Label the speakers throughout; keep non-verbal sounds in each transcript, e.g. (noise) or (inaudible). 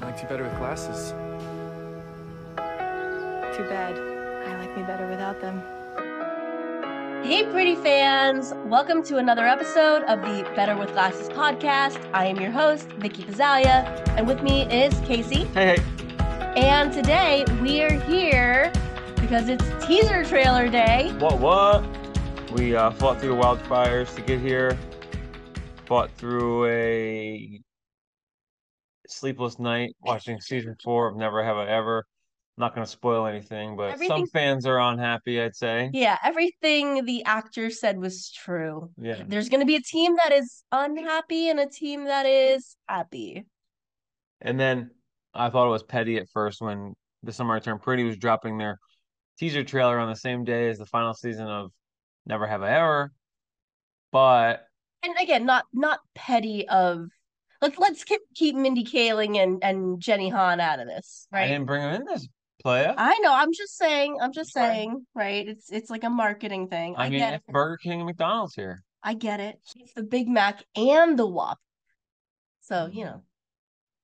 Speaker 1: Liked you better with glasses.
Speaker 2: Too bad. I like me better without them.
Speaker 3: Hey, pretty fans! Welcome to another episode of the Better with Glasses podcast. I am your host, Vicky Pizzalia, and with me is Casey.
Speaker 4: Hey, hey.
Speaker 3: And today we are here because it's teaser trailer day.
Speaker 4: What, what? We uh, fought through the wildfires to get here, fought through a sleepless night watching season four of Never Have I Ever. Not going to spoil anything, but some
Speaker 3: Everything's-
Speaker 4: fans are unhappy, I'd say.
Speaker 3: Yeah, everything the actor said was true.
Speaker 4: Yeah.
Speaker 3: There's going to be a team that is unhappy and a team that is happy.
Speaker 4: And then I thought it was petty at first when The Summer I Turned Pretty was dropping their teaser trailer on the same day as the final season of Never Have I Ever. But
Speaker 3: and again, not not petty of let's let's keep keep Mindy Kaling and and Jenny Han out of this,
Speaker 4: I
Speaker 3: right?
Speaker 4: didn't bring him in this player.
Speaker 3: I, know. I'm just saying. I'm just
Speaker 4: Sorry.
Speaker 3: saying, right? It's it's like a marketing thing. I,
Speaker 4: I mean,
Speaker 3: get it.
Speaker 4: it's Burger King and McDonald's here.
Speaker 3: I get it. It's the Big Mac and the Whopper. So you know,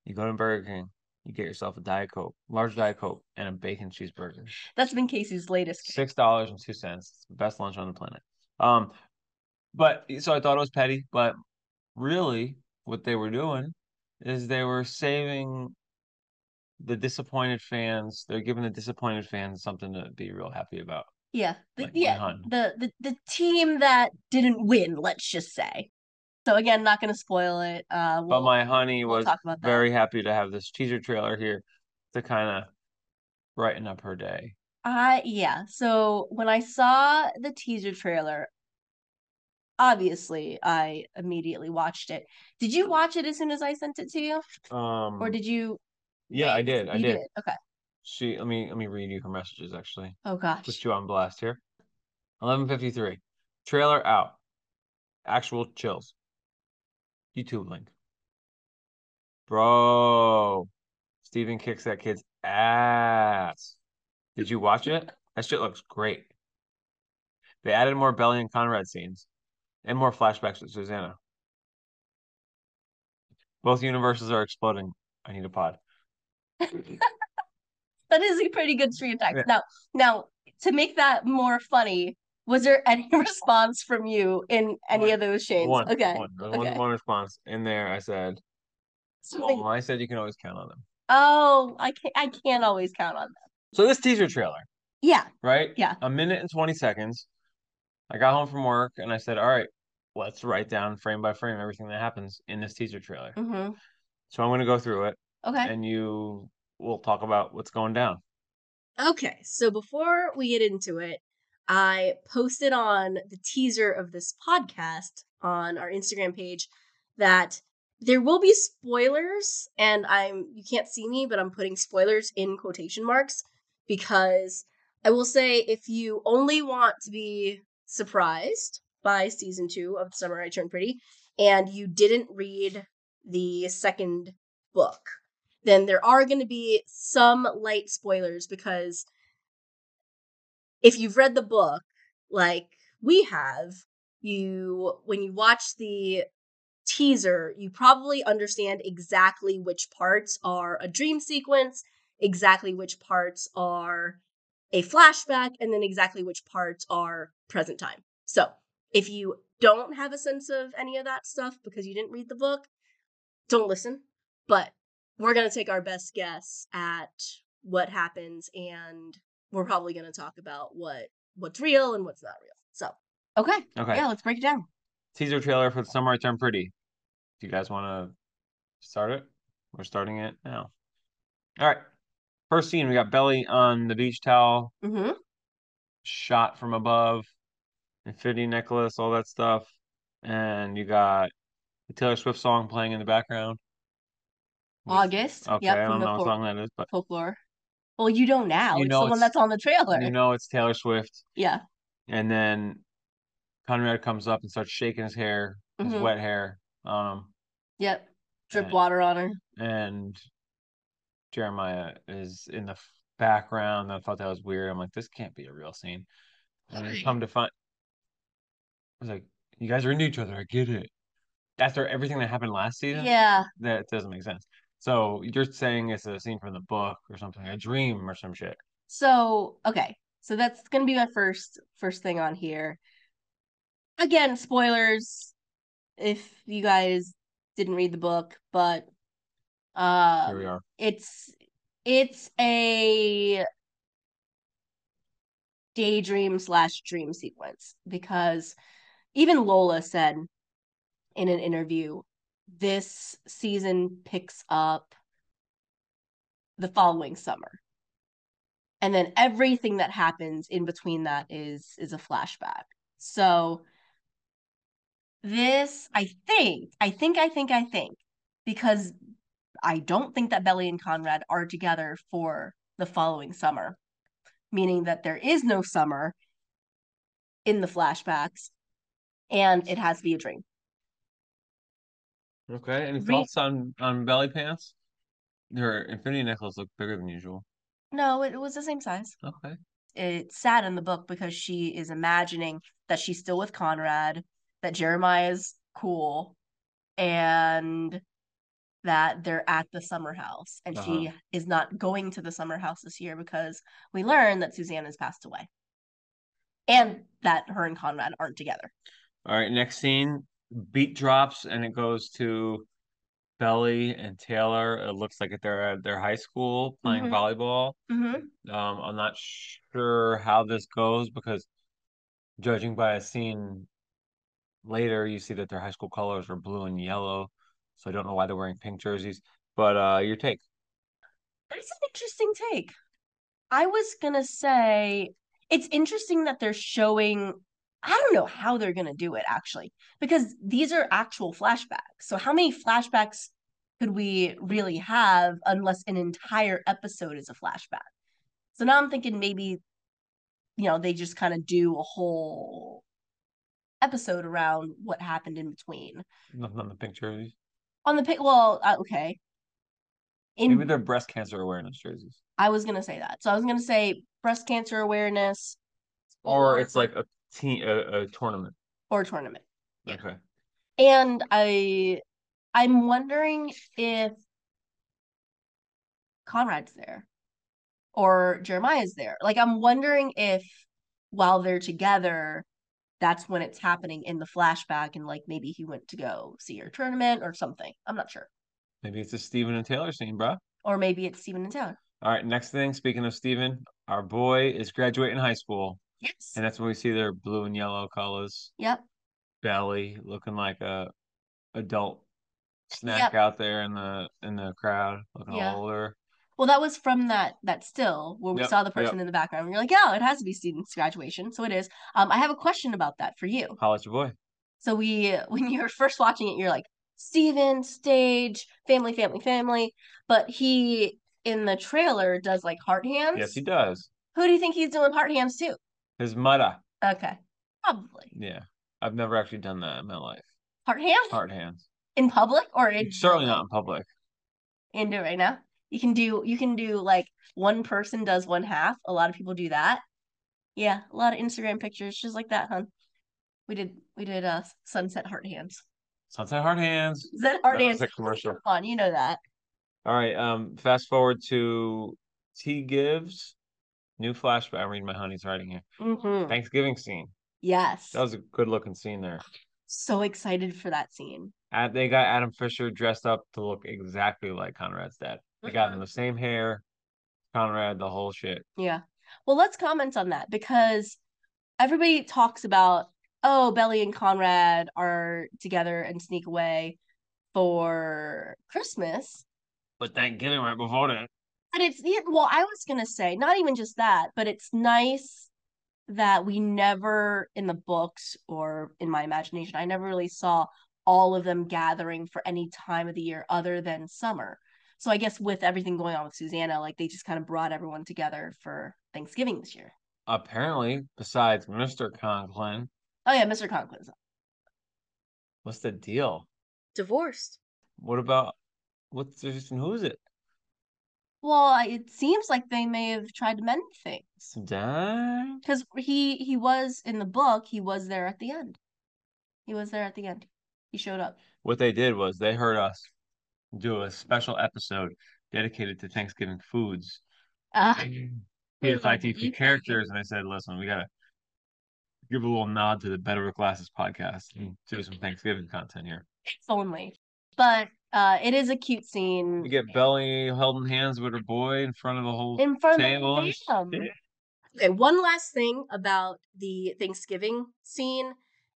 Speaker 4: You go to Burger King, you get yourself a Diet Coke, large Diet Coke, and a bacon cheeseburger.
Speaker 3: that's been Casey's latest.
Speaker 4: Six dollars and two cents. It's the best lunch on the planet. Um, but so I thought it was petty, but really what they were doing is they were saving the disappointed fans. They're giving the disappointed fans something to be real happy about.
Speaker 3: Yeah, the,
Speaker 4: Like,
Speaker 3: yeah.
Speaker 4: Wuhan.
Speaker 3: The, the the team that didn't win. Let's just say. So again, not going to spoil it. Uh,
Speaker 4: But
Speaker 3: we'll,
Speaker 4: my honey
Speaker 3: we'll
Speaker 4: was
Speaker 3: talk about that.
Speaker 4: very happy to have this teaser trailer here to kind of brighten up her day.
Speaker 3: I yeah. So when I saw the teaser trailer, obviously I immediately watched it. Did you watch it as soon as I sent it to you,
Speaker 4: Um,
Speaker 3: or did you?
Speaker 4: yeah, I did. I
Speaker 3: you
Speaker 4: did.
Speaker 3: Okay.
Speaker 4: She let me let me read you her messages actually.
Speaker 3: Oh gosh.
Speaker 4: Put you on blast here. Eleven fifty three. Trailer out. Actual chills. YouTube link. Bro. Steven kicks that kid's ass. Did you watch it? That shit looks great. They added more Belly and Conrad scenes and more flashbacks with Susanna. Both universes are exploding. I need a pod.
Speaker 3: That is a pretty good street attack.
Speaker 4: Yeah.
Speaker 3: Now, now to make that more funny, was there any (laughs) response from you in any
Speaker 4: One.
Speaker 3: of those shades?
Speaker 4: One,
Speaker 3: Okay.
Speaker 4: one, There was one-
Speaker 3: okay.
Speaker 4: one response in there. I said,
Speaker 3: Something-
Speaker 4: well, I said you can always count on them.
Speaker 3: Oh, I can't. I can't always count on them.
Speaker 4: So this teaser trailer,
Speaker 3: Yeah.
Speaker 4: right?
Speaker 3: Yeah.
Speaker 4: A minute and 20 seconds. I got home from work and I said, all right, let's write down frame by frame everything that happens in this teaser trailer.
Speaker 3: hmm
Speaker 4: So I'm going to go through it
Speaker 3: Okay.
Speaker 4: and you will talk about what's going down.
Speaker 3: Okay, so before we get into it, I posted on the teaser of this podcast on our Instagram page that there will be spoilers and I'm you can't see me but I'm putting spoilers in quotation marks because I will say if you only want to be surprised by season 2 of The Summer I Turned Pretty and you didn't read the second book then there are going to be some light spoilers because if you've read the book like we have you when you watch the teaser you probably understand exactly which parts are a dream sequence exactly which parts are a flashback and then exactly which parts are present time so if you don't have a sense of any of that stuff because you didn't read the book don't listen but we're going to take our best guess at what happens and we're probably going to talk about what what's real and what's not real so okay
Speaker 4: Okay.
Speaker 3: let's break it down
Speaker 4: Teaser trailer for the summer I turn pretty. Do you guys want to start it? We're starting it now. All right. First scene, we got Belly on the beach towel,
Speaker 3: mm-hmm.
Speaker 4: shot from above, infinity necklace, all that stuff. And you got the Taylor Swift song playing in the background. Which-
Speaker 3: august
Speaker 4: Okay, I don't know what song that is, but
Speaker 3: folklore well you don't now
Speaker 4: You
Speaker 3: it's
Speaker 4: know
Speaker 3: the one
Speaker 4: it's-
Speaker 3: that's on the trailer
Speaker 4: you know it's Taylor Swift.
Speaker 3: yeah
Speaker 4: And then Conrad comes up and starts shaking his hair, his
Speaker 3: Mhm.
Speaker 4: wet hair. Um,
Speaker 3: yep drip
Speaker 4: Yeah.
Speaker 3: water on her
Speaker 4: and Jeremiah is in the f- background. I thought that was weird. I'm like, this can't be a real scene. And I
Speaker 3: Right.
Speaker 4: come to find, I was like, you guys are into each other. I get it. After everything that happened last season,
Speaker 3: yeah
Speaker 4: that doesn't make sense. So you're saying it's a scene from the book or something, a dream or some shit.
Speaker 3: So okay, so that's gonna be my first first thing on here. Again, spoilers if you guys didn't read the book, but uh,
Speaker 4: Here we are.
Speaker 3: it's it's a daydream slash dream sequence because even Lola said in an interview this season picks up the following summer and then everything that happens in between that is is a flashback so this i think i think i think i think because i don't think that belly and conrad are together for the following summer meaning that there is no summer in the flashbacks and it has to be a dream
Speaker 4: Okay. Any
Speaker 3: Re-
Speaker 4: thoughts on on belly pants? Her infinity necklace look bigger than usual.
Speaker 3: no it was the same size
Speaker 4: Okay.
Speaker 3: it's sad in the book because she is imagining that she's still with Conrad, that Jeremiah's cool, and that they're at the summer house. And she is not going to the summer house this year because we learn that Suzanne has passed away and that her and Conrad aren't together.
Speaker 4: All right. Next scene, beat drops and it goes to Belly and Taylor. It looks like they're at their high school playing
Speaker 3: Mhm.
Speaker 4: volleyball.
Speaker 3: Mm-hmm.
Speaker 4: Um, I'm not sure how this goes because judging by a scene later, you see that their high school colors are blue and yellow. So I don't know why they're wearing pink jerseys. But uh your take.
Speaker 3: That's an interesting take. I was gonna say it's interesting that they're showing. I don't know how they're gonna do it actually, because these are actual flashbacks. So how many flashbacks could we really have unless an entire episode is a flashback? So now I'm thinking maybe, you know, they just kind of do a whole episode around what happened in between.
Speaker 4: Nothing on the pink jerseys.
Speaker 3: On the pic, well, uh, okay. In
Speaker 4: Maybe they're breast cancer awareness jerseys.
Speaker 3: I was gonna say that. So I was gonna say breast cancer awareness
Speaker 4: Or it's like a team a, a tournament.
Speaker 3: or tournament. Yeah.
Speaker 4: Okay.
Speaker 3: and i i'm wondering if conrad's there or jeremiah's there like i'm wondering if while they're together that's when it's happening in the flashback and like maybe he went to go see your tournament or something i'm not sure
Speaker 4: Maybe it's a Steven and Taylor scene, bruh.
Speaker 3: or maybe it's steven and taylor
Speaker 4: All right, next thing, speaking of Steven, our boy is graduating high school.
Speaker 3: yes
Speaker 4: And that's when we see their blue and yellow colors,
Speaker 3: yep
Speaker 4: belly looking like a adult
Speaker 3: Yep.
Speaker 4: snack out there in the in the crowd, looking
Speaker 3: Yeah.
Speaker 4: all older.
Speaker 3: well that was from that that still where we
Speaker 4: Yep,
Speaker 3: saw the person in the background and you're like yeah it has to be steven's graduation so it is um i have a question about that for you
Speaker 4: Holla at your boy.
Speaker 3: So we, (laughs) when you're first watching it, you're like, Steven, stage, family, family, family. But he, in the trailer, does like heart hands.
Speaker 4: Yes, he does.
Speaker 3: Who do you think he's doing heart hands to?
Speaker 4: His mudda.
Speaker 3: Okay. Probably.
Speaker 4: Yeah. I've never actually done that in my life.
Speaker 3: Heart hands?
Speaker 4: Hard hands.
Speaker 3: In public or in
Speaker 4: Certainly not in public.
Speaker 3: into it right now? You can do, you can do like one person does one half. A lot of people do that. Yeah. A lot of Instagram pictures just like that, hon. We did, we did uh, sunset heart hands.
Speaker 4: Sunset hard hands.
Speaker 3: Is that heart
Speaker 4: That was
Speaker 3: hands?
Speaker 4: a commercial.
Speaker 3: Come on, you know that.
Speaker 4: All right. Um, fast forward to T Gibbs. New flashback. I'm reading my honey's writing here.
Speaker 3: Mm-hmm.
Speaker 4: Thanksgiving scene.
Speaker 3: Yes.
Speaker 4: That was a good looking scene there.
Speaker 3: so excited for that scene.
Speaker 4: Ad- They got Adam Fisher dressed up to look exactly like Conrad's dad. They got him the same hair, Conrad, the whole shit.
Speaker 3: Yeah. Well, let's comment on that because everybody talks about, oh, Belly and Conrad are together and sneak away for Christmas.
Speaker 4: But Thanksgiving right before that.
Speaker 3: And it's, yeah, well, I was going to say, not even just that, but it's nice that we never in the books or in my imagination, I never really saw all of them gathering for any time of the year other than summer. So I guess with everything going on with Susanna, like they just kind of brought everyone together for Thanksgiving this year.
Speaker 4: Apparently, besides Mr. Conklin,
Speaker 3: Oh yeah, Mr. Conklin's
Speaker 4: what's the deal?
Speaker 3: divorced.
Speaker 4: What about what's this and who's it?
Speaker 3: Well, I- it seems like they may have tried to mend
Speaker 4: Hmm.
Speaker 3: things
Speaker 4: Dang.
Speaker 3: because he he was in the book. He was there at the end. He was there at the end. He showed up.
Speaker 4: What they did was they heard us. do a special episode dedicated to Thanksgiving foods.
Speaker 3: Uh,
Speaker 4: Peter Clyde for characters, and I said, listen, we gotta give a little nod to the Better with Glasses podcast and do some Thanksgiving content here.
Speaker 3: (laughs) only. But uh, it is a cute
Speaker 4: We
Speaker 3: scene
Speaker 4: get Belly holding hands with her boy in front of the whole
Speaker 3: in front
Speaker 4: table.
Speaker 3: of them.
Speaker 4: Yeah.
Speaker 3: Okay, one last thing about the Thanksgiving scene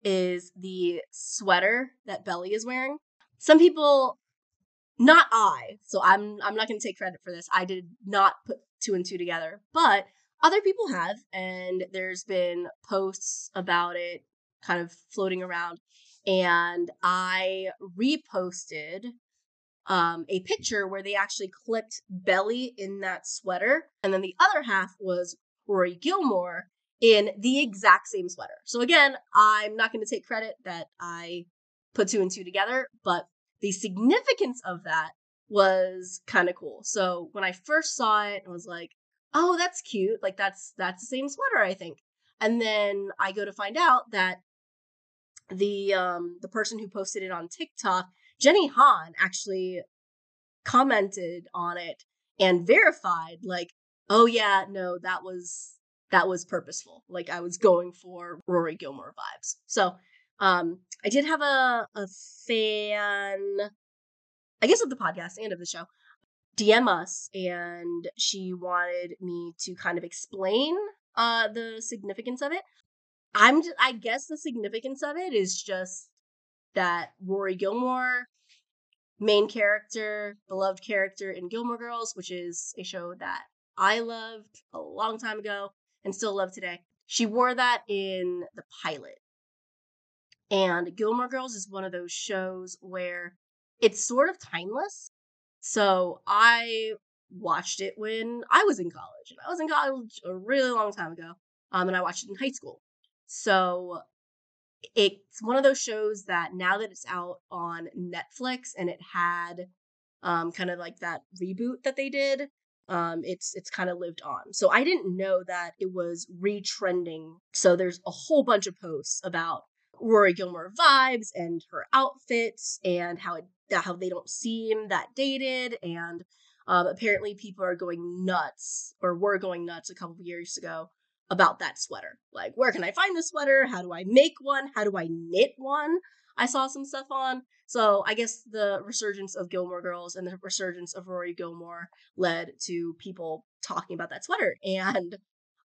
Speaker 3: is the sweater that Belly is wearing. Some people not I, so I'm I'm not going to take credit for this. I did not put two and two together, but other people have and there's been posts about it kind of floating around and I reposted um, a picture where they actually clipped Belly in that sweater, and then the other half was Rory Gilmore in the exact same sweater. So again, I'm not going to take credit that I put two and two together, but the significance of that was kind of cool. So when I first saw it, I was like, "Oh, that's cute. Like that's that's the same sweater, I think." And then I go to find out that the um the person who posted it on TikTok Jenny Hahn actually commented on it and verified, like, oh yeah, no, that was that was purposeful. Like I was going for Rory Gilmore vibes. So um I did have a a fan I guess of the podcast and of the show DM us and she wanted me to kind of explain uh the significance of it. I'm just, I guess the significance of it is just that Rory Gilmore, main character, beloved character in Gilmore Girls, which is a show that I loved a long time ago and still love today. She wore that in the pilot. And Gilmore Girls is one of those shows where it's sort of timeless. So I watched it when I was in college. And I was in college a really long time ago. Um, and I watched it in high school. So it's one of those shows that now that it's out on Netflix and it had um kind of like that reboot that they did um it's it's kind of lived on. So I didn't know that it was retrending. So there's a whole bunch of posts about Rory Gilmore vibes and her outfits and how it how they don't seem that dated and um apparently people are going nuts or were going nuts a couple of years ago about that sweater. Like, where can I find this sweater? How do I make one? How do I knit one? I saw some stuff on. So I guess the resurgence of Gilmore Girls and the resurgence of Rory Gilmore led to people talking about that sweater. (laughs) And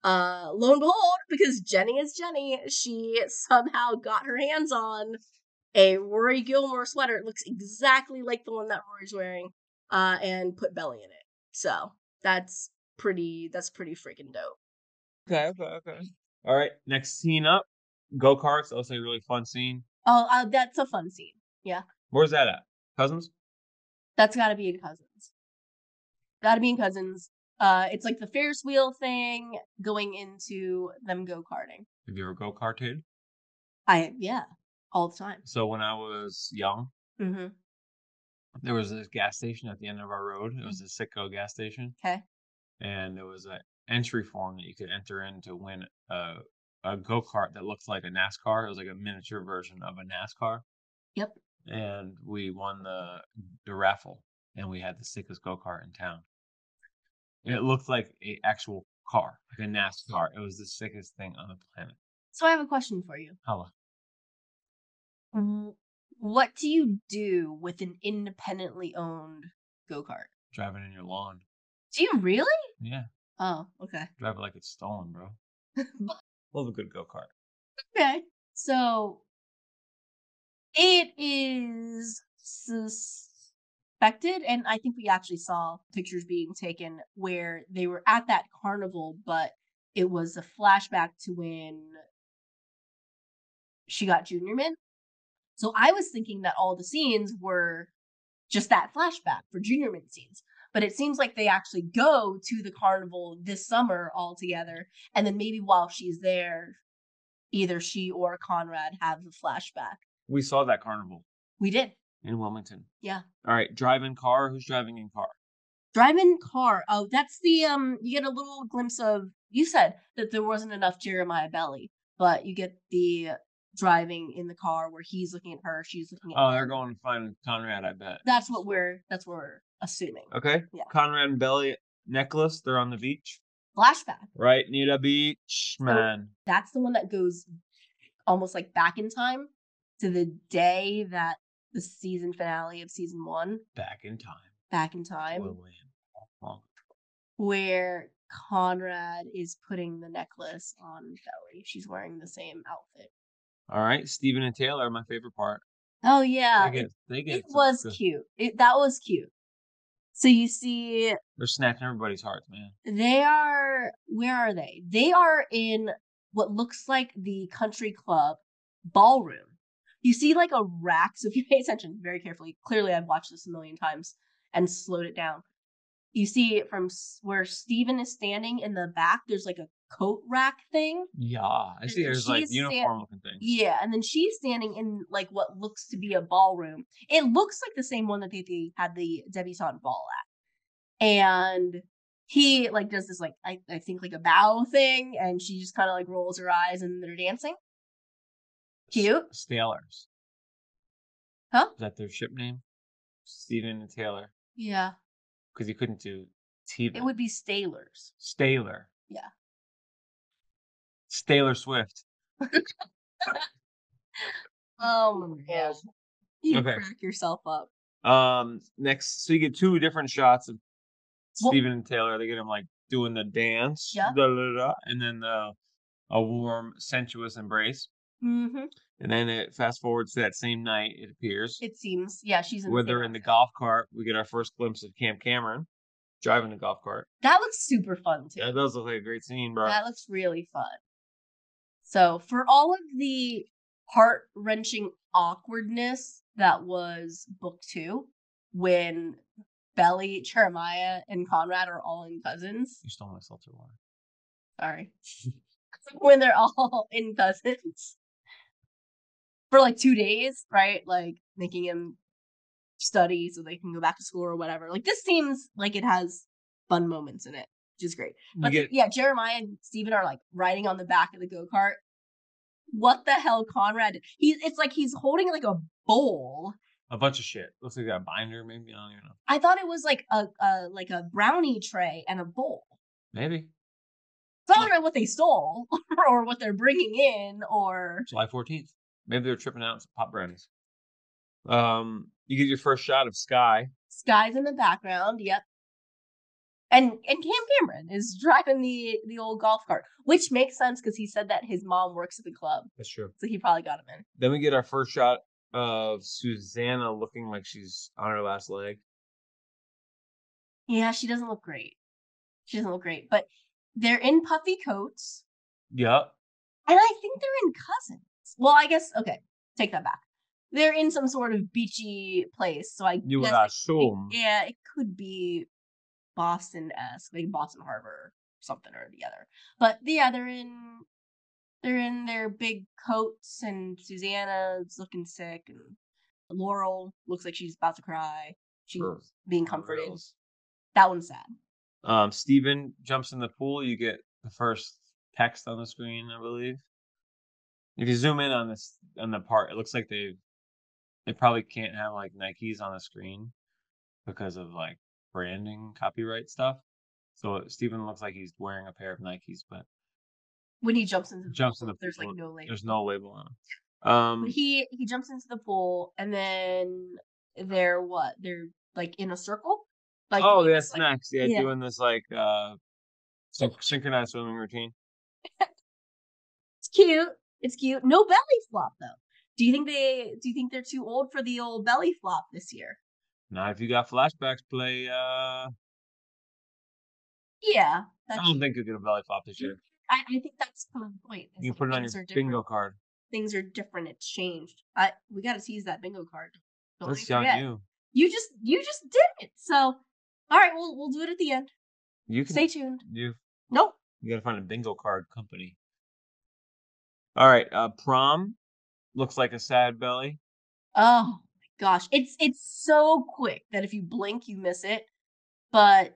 Speaker 3: uh lo and behold, because Jenny is Jenny, she (laughs) somehow got her hands on a Rory Gilmore sweater. It looks exactly like the one that Rory's wearing, uh, and put belly in it. So that's pretty that's pretty freaking dope.
Speaker 4: Okay, okay, okay. All right, next scene up go karts. Also, a really fun scene.
Speaker 3: Oh, uh, that's a fun scene.
Speaker 4: Where's that at? Cousins?
Speaker 3: That's got to be in Cousins. Got to be in Cousins. Uh, it's like the Ferris wheel thing going into them go karting.
Speaker 4: Have you ever go karted?
Speaker 3: I yeah, all the time.
Speaker 4: So, when I was young,
Speaker 3: Mm-hmm.
Speaker 4: there was this gas station at the end of our road. It was a Sitco gas station.
Speaker 3: Okay.
Speaker 4: And there was an entry form that you could enter in to win a, a go kart that looked like a NASCAR. It was like a miniature version of a NASCAR.
Speaker 3: Yep.
Speaker 4: And we won the the raffle, and we had the sickest go kart in town. And it looked like a actual car, like a NASCAR. It was the sickest thing on the planet.
Speaker 3: So I have a question for you.
Speaker 4: How long?
Speaker 3: W- What do you do with an independently owned go kart?
Speaker 4: Driving in your lawn.
Speaker 3: Do you really?
Speaker 4: Yeah,
Speaker 3: Oh, okay. (laughs)
Speaker 4: drive it like it's stolen, bro. Love a good go kart.
Speaker 3: Okay. So it is suspected, and I think we actually saw pictures being taken where they were at that carnival, but it was a flashback to when she got Junior Mint. So I was thinking that all the scenes were just that flashback for Junior Mint scenes. But it seems like they actually go to the carnival this summer all together. And then maybe while she's there, either she or Conrad have the flashback.
Speaker 4: We saw that carnival
Speaker 3: We did.
Speaker 4: in Wilmington.
Speaker 3: Yeah.
Speaker 4: All right, driving car. Who's driving in car?
Speaker 3: Drive-in car. Oh, that's the um you get a little glimpse of you said that there wasn't enough Jeremiah Belly, but you get the driving in the car where he's looking at her, she's looking at
Speaker 4: Oh,
Speaker 3: him.
Speaker 4: they're going to find Conrad, I bet.
Speaker 3: That's what we're that's what we're assuming.
Speaker 4: Okay.
Speaker 3: Yeah.
Speaker 4: Conrad and Belly necklace. They're on the beach.
Speaker 3: Flashback.
Speaker 4: Right, Nita Beach, man.
Speaker 3: That's the one that goes almost like back in time to the day that the season finale of season 1
Speaker 4: Back in time.
Speaker 3: back in time
Speaker 4: Will land. Well,
Speaker 3: where Conrad is putting the necklace on Belly. She's wearing the same outfit.
Speaker 4: All right, Stephen and Taylor, my favorite part.
Speaker 3: Oh yeah,
Speaker 4: they
Speaker 3: it,
Speaker 4: get, they get
Speaker 3: it
Speaker 4: some
Speaker 3: was
Speaker 4: good-
Speaker 3: cute. It that was cute. So you see
Speaker 4: They're snatching everybody's hearts, man.
Speaker 3: they are where are they? They are in what looks like the country club ballroom. You see like a rack, so if you pay attention very carefully, clearly I've watched this a million times and slowed it down. You see from s- where Steven is standing in the back, there's like a coat rack thing.
Speaker 4: Yeah, I see.
Speaker 3: And
Speaker 4: There's like
Speaker 3: she's stand-
Speaker 4: uniform looking things.
Speaker 3: Yeah, and then she's standing in like what looks to be a ballroom. It looks like the same one that they, they had the debutante ball at. And he like does this like I, I think like a bow thing, and she just kind of like rolls her eyes, and they're dancing. Cute,
Speaker 4: S- Stalers.
Speaker 3: huh?
Speaker 4: Is that their ship name? Stephen and Taylor,
Speaker 3: Yeah,
Speaker 4: because you couldn't do Teven.
Speaker 3: it would be Stalers.
Speaker 4: Staler.
Speaker 3: Yeah.
Speaker 4: Staler Swift.
Speaker 3: Oh my gosh, you
Speaker 4: Okay.
Speaker 3: crack yourself up.
Speaker 4: Um, next, so you get two different shots of
Speaker 3: Well-
Speaker 4: Stephen and Taylor. They get him like doing the dance,
Speaker 3: Yeah.
Speaker 4: da, da, da, and then the a warm, sensuous embrace.
Speaker 3: Mm-hmm.
Speaker 4: And then it fast forwards to that same night. It appears
Speaker 3: It seems, yeah, she's in.
Speaker 4: where
Speaker 3: same
Speaker 4: they're in the
Speaker 3: outfit.
Speaker 4: golf cart. We get our first glimpse of Camp Cameron driving the golf cart.
Speaker 3: That looks super fun too.
Speaker 4: That does look like a great scene, bro.
Speaker 3: That looks really fun. So, for all of the heart wrenching awkwardness that was book two, when Belly, Jeremiah, and Conrad are all in cousins,
Speaker 4: You stole my seltzer water.
Speaker 3: sorry, (laughs) when they're all in cousins for like two days, right? Like making him study so they can go back to school or whatever. Like, this seems like it has fun moments in it, which is great.
Speaker 4: You
Speaker 3: But
Speaker 4: get
Speaker 3: yeah, Jeremiah and Steven are like riding on the back of the go kart. What the hell, Conrad? did- He it's like he's holding like a bowl.
Speaker 4: a bunch of shit. Looks like a binder, maybe. I don't even know.
Speaker 3: I thought it was like a, a like a brownie tray and a bowl.
Speaker 4: Maybe
Speaker 3: So I don't know what they stole (laughs) or what they're bringing in or
Speaker 4: July 14th. Maybe they're tripping out some pop brownies. Um, you get your first shot of Sky.
Speaker 3: skies in the background. Yep. And and Cam Cameron is (laughs) driving the the old golf cart, which makes sense because he said that his mom works at the club,
Speaker 4: That's true.
Speaker 3: so he probably got him in.
Speaker 4: Then we get our first shot of Susanna looking like she's on her last leg.
Speaker 3: Yeah, she doesn't look great. She doesn't look great, but they're in puffy coats,
Speaker 4: Yep.
Speaker 3: and I think they're in cousins. Well, I guess okay, take that back. They're in some sort of beachy place, so I
Speaker 4: You would
Speaker 3: guess
Speaker 4: assume.
Speaker 3: it, yeah, it could be Boston-esque, like Boston Harbor, something or the other. But yeah, they're in they're in their big coats, and Susanna's looking sick, and Laurel looks like she's about to cry. She's
Speaker 4: Sure.
Speaker 3: being
Speaker 4: For
Speaker 3: comforted.
Speaker 4: reals.
Speaker 3: That one's sad.
Speaker 4: Um, Steven jumps in the pool. You get the first text on the screen, I believe. If you zoom in on this on the part, it looks like they they probably can't have like Nikes on the screen because of like branding copyright stuff. So Steven looks like he's wearing a pair of Nikes, but
Speaker 3: when he jumps into the
Speaker 4: Jumps
Speaker 3: pool,
Speaker 4: in the
Speaker 3: there's like
Speaker 4: pool.
Speaker 3: no label.
Speaker 4: there's no label on them. Um,
Speaker 3: But he he jumps into the pool and then they're what? They're like in a circle. Like
Speaker 4: oh,
Speaker 3: doing
Speaker 4: that's
Speaker 3: this, like,
Speaker 4: next. Yeah,
Speaker 3: yeah.
Speaker 4: doing this like uh syn- synchronized swimming routine.
Speaker 3: It's cute. It's cute. No belly flop though. Do you think they? Do you think they're too old for the old belly flop this year?
Speaker 4: Now, if you got flashbacks, play. uh
Speaker 3: Yeah,
Speaker 4: I
Speaker 3: that's,
Speaker 4: don't think you'll get a belly flop this year.
Speaker 3: I, I think that's kind of the point. is
Speaker 4: You
Speaker 3: that
Speaker 4: can put it on
Speaker 3: things
Speaker 4: your
Speaker 3: are different.
Speaker 4: bingo card.
Speaker 3: Things are different. It's changed. I we got to seize that bingo card. Don't let
Speaker 4: That's
Speaker 3: me
Speaker 4: on
Speaker 3: forget.
Speaker 4: you.
Speaker 3: You just you just did it. So, all right, we'll we'll do it at the end.
Speaker 4: You can.
Speaker 3: Stay tuned.
Speaker 4: You
Speaker 3: Nope.
Speaker 4: you gotta find a bingo card company. All right, uh prom looks like a sad belly.
Speaker 3: Oh my gosh. It's it's so quick that if you blink you miss it. But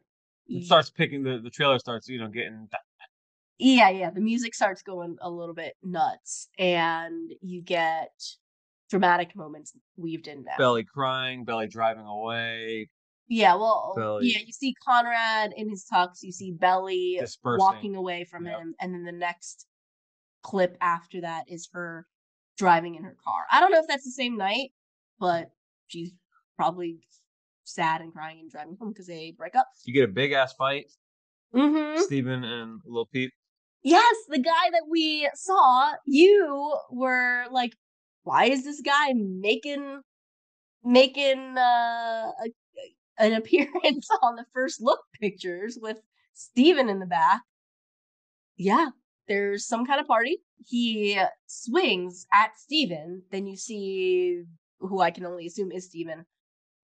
Speaker 3: y-
Speaker 4: It starts picking the the trailer starts you know getting
Speaker 3: yeah, yeah, the music starts going a little bit nuts, and you get dramatic moments weaved in now.
Speaker 4: Belly crying, Belly driving away,
Speaker 3: Yeah, well,
Speaker 4: Belly.
Speaker 3: yeah, you see Conrad in his tux, you see Belly
Speaker 4: dispersing.
Speaker 3: walking away from
Speaker 4: Yep.
Speaker 3: him, and then the next clip after that is her driving in her car. I don't know if that's the same night, but she's probably sad and crying and driving home because they break up.
Speaker 4: You get a big ass fight.
Speaker 3: Mm-hmm.
Speaker 4: Steven and Lil Peep.
Speaker 3: Yes, the guy that we saw, you were like, why is this guy making making uh, a, an appearance (laughs) on the first look pictures with Steven in the back? Yeah, there's some kind of party. He swings at Steven, then you see who I can only assume is Steven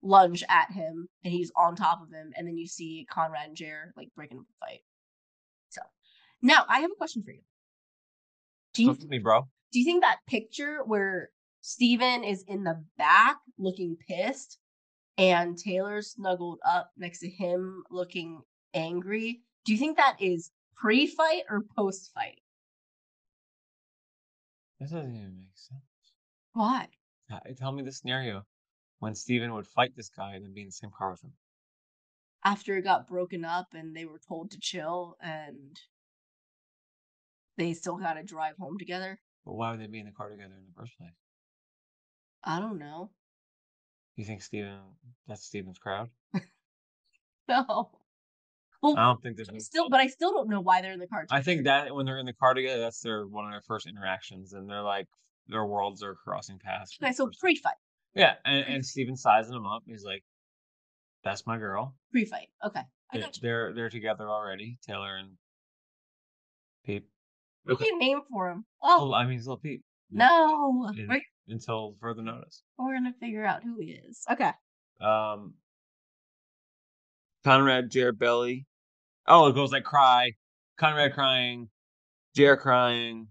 Speaker 3: lunge at him and he's on top of him and then you see Conrad and Jer like breaking up the fight. So now I have a question for you. Do you
Speaker 4: Come to me, bro.
Speaker 3: do you think that picture where Steven is in the back looking pissed and Taylor snuggled up next to him looking angry, do you think that is pre fight or post fight?
Speaker 4: This doesn't even make sense.
Speaker 3: Why?
Speaker 4: Uh, Tell me the scenario when Steven would fight this guy and then be in the same car with him.
Speaker 3: After it got broken up and they were told to chill and they still got to drive home together?
Speaker 4: But why would they be in the car together in the first place?
Speaker 3: I don't know. (laughs)
Speaker 4: You think Steven, that's Steven's crowd?
Speaker 3: No. Well,
Speaker 4: I don't think there's.
Speaker 3: I
Speaker 4: no-
Speaker 3: still, but I still don't know why they're in the car.
Speaker 4: Um, I think that when they're in the car together, that's their one of their first interactions, and they're like their worlds are crossing paths. for
Speaker 3: Okay,
Speaker 4: the
Speaker 3: so
Speaker 4: first time.
Speaker 3: pre fight,
Speaker 4: yeah, and, and Steven sizing him up. He's like, "That's my girl."
Speaker 3: pre fight. Okay, I
Speaker 4: They're-
Speaker 3: got you.
Speaker 4: They're they're together already. Taylor and Peep.
Speaker 3: What do you name for him? Oh,
Speaker 4: Well, I mean, it's little Peep
Speaker 3: No,
Speaker 4: Yeah.
Speaker 3: we're,
Speaker 4: until further notice.
Speaker 3: we're gonna figure out who he is. Okay.
Speaker 4: Um, Conrad, Jared, Belly. Oh, it goes like cry. Conrad crying, Jared crying,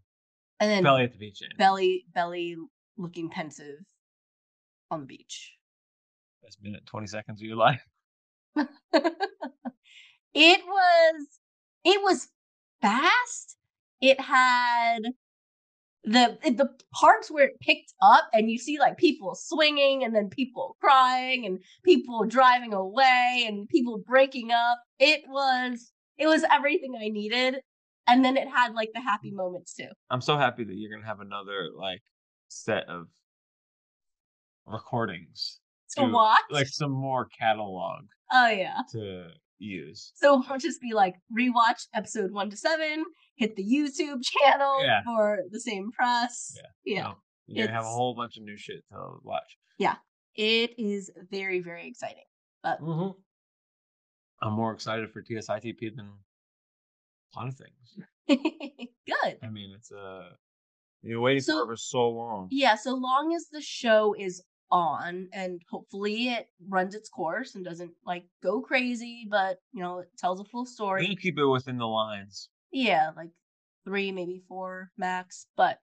Speaker 3: And then
Speaker 4: Belly
Speaker 3: belly,
Speaker 4: at the beach. end.
Speaker 3: belly, looking pensive on the beach. (laughs)
Speaker 4: Best minute, twenty seconds of your (laughs) life.
Speaker 3: It was, it was fast. It had the it- the parts where it picked up, and you see like people swinging, and then people crying, and people driving away, and people breaking up. It was, it was everything I needed. And then it had like the happy moments too.
Speaker 4: I'm so happy that you're gonna have another like set of recordings,
Speaker 3: To
Speaker 4: Dude,
Speaker 3: watch.
Speaker 4: like some more catalog
Speaker 3: Oh yeah.
Speaker 4: to use.
Speaker 3: So it'll just be like rewatch episode one to seven, hit the YouTube channel
Speaker 4: Yeah.
Speaker 3: for the same press. Yeah.
Speaker 4: No, You're gonna have a
Speaker 3: it's-
Speaker 4: whole bunch of new shit to watch.
Speaker 3: It is very, very exciting. (laughs)
Speaker 4: Mm-hmm. I'm more excited for TSITP than a lot of things.
Speaker 3: Good.
Speaker 4: I mean, it's uh, you're waiting
Speaker 3: So-
Speaker 4: for it for so long.
Speaker 3: Yeah, so long as the show is on and hopefully it runs its course and doesn't like go crazy, but you know, it tells a full
Speaker 4: We're
Speaker 3: story.
Speaker 4: gonna keep it within the lines.
Speaker 3: yeah like three maybe four max but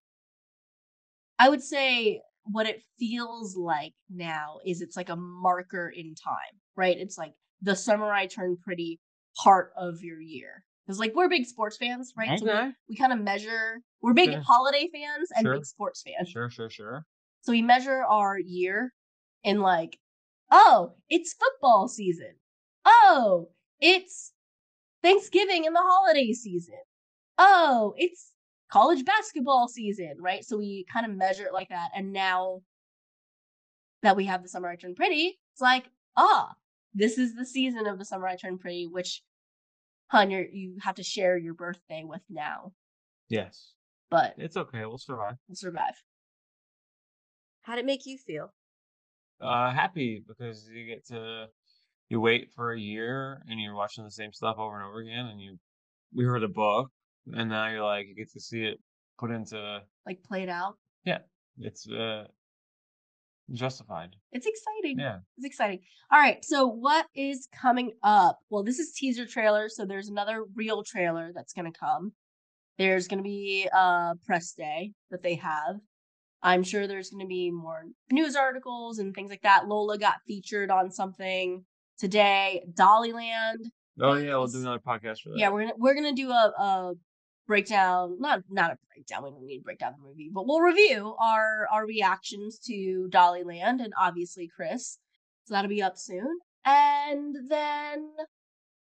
Speaker 3: i would say what it feels like now is it's like a marker in time right it's like the samurai turn pretty part of your year because like we're big sports fans right so we, we kind of measure we're big
Speaker 4: Sure.
Speaker 3: holiday fans and
Speaker 4: Sure.
Speaker 3: big sports fans
Speaker 4: Sure, sure, sure.
Speaker 3: so we measure our year in like, oh, it's football season. Oh, it's Thanksgiving and the holiday season. Oh, it's college basketball season, right? So we kind of measure it like that. And now that we have the summer I turn pretty, it's like, ah, this is the season of the summer I turn pretty, which hun, you're, you have to share your birthday with now,
Speaker 4: Yes,
Speaker 3: but
Speaker 4: it's okay. We'll survive.
Speaker 3: we'll survive. How'd it make you feel?
Speaker 4: uh happy because you get to you wait for a year and you're watching the same stuff over and over again and you we heard a book and now you're like you get to see it put into
Speaker 3: Like played out?
Speaker 4: it's uh justified
Speaker 3: It's exciting.
Speaker 4: yeah
Speaker 3: It's exciting. All right. So, what is coming up? Well, this is teaser trailer. So, there's another real trailer that's going to come. There's going to be a press day that they have. I'm sure there's going to be more news articles and things like that. Lola got featured on something today. Dollyland.
Speaker 4: oh yeah we'll do
Speaker 3: Yes.
Speaker 4: another podcast for that
Speaker 3: Yeah, we're gonna we're gonna do a, a breakdown not not a breakdown we don't need to break down the movie but we'll review our our reactions to dolly land and obviously chris so that'll be up soon and then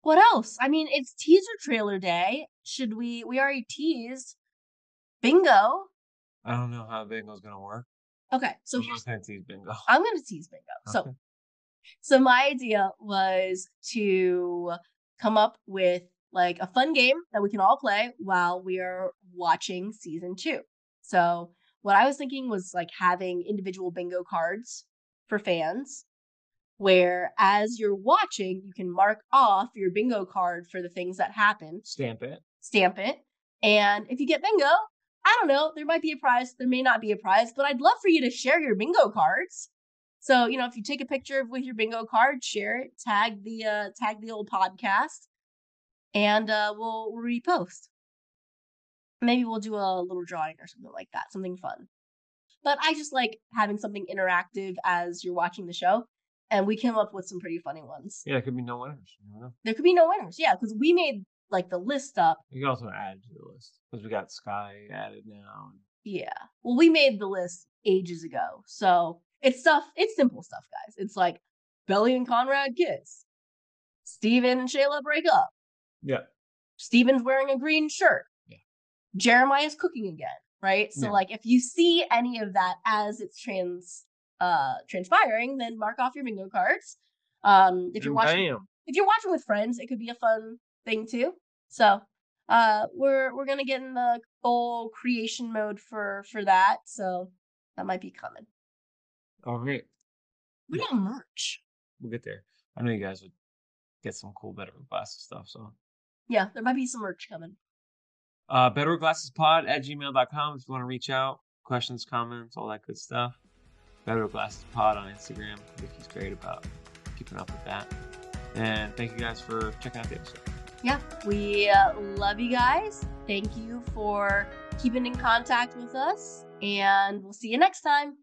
Speaker 3: what else i mean it's teaser trailer day should we we already teased bingo
Speaker 4: I don't know how bingo's gonna work.
Speaker 3: okay so
Speaker 4: I'm
Speaker 3: here's
Speaker 4: just gonna tease bingo. (laughs)
Speaker 3: I'm gonna tease bingo.
Speaker 4: Mm-hmm. Okay.
Speaker 3: So so my idea was to come up with like a fun game that we can all play while we are watching season two. So what I was thinking was like having individual bingo cards for fans where as you're watching you can mark off your bingo card for the things that happen
Speaker 4: Stamp it.
Speaker 3: stamp it. And if you get bingo, I don't know, there might be a prize, there may not be a prize, but I'd love for you to share your bingo cards. So, you know, if you take a picture of- with your bingo card, share it, tag the uh tag the old podcast and uh we'll repost. Maybe we'll do a little drawing or something like that, something fun. But I just like having something interactive as you're watching the show. And we came up with some pretty funny ones.
Speaker 4: Yeah, it could be no winners. You never know.
Speaker 3: There could be no winners. Yeah, because we made like the list up
Speaker 4: You can also add to the list because we got Sky added now. and-
Speaker 3: Yeah. Well, we made the list ages ago. So it's stuff, it's simple stuff, guys. It's like Belly and Conrad kiss. Steven and Shayla break up.
Speaker 4: Yeah.
Speaker 3: Steven's wearing a green shirt.
Speaker 4: Yeah.
Speaker 3: Jeremiah's cooking again, right? So
Speaker 4: Yeah.
Speaker 3: like if you see any of that as it's trans uh transpiring, then mark off your bingo cards. Um if you're
Speaker 4: And
Speaker 3: watching
Speaker 4: bam.
Speaker 3: if you're watching with friends, it could be a fun thing too. So, uh, we're we're gonna get in the full creation mode for for that. So that might be coming.
Speaker 4: All right,
Speaker 3: We got merch.
Speaker 4: Oh, we'll get there. I know you guys would get some cool better glasses stuff. So,
Speaker 3: Yeah, there might be some merch coming.
Speaker 4: uh, better glasses pod at gmail.com if you want to reach out, questions, comments, all that good stuff. Better glasses pod on Instagram. Vicky's great about keeping up with that. And thank you guys for checking out the episode.
Speaker 3: Yeah, we uh, love you guys. Thank you for keeping in contact with us, and we'll see you next time.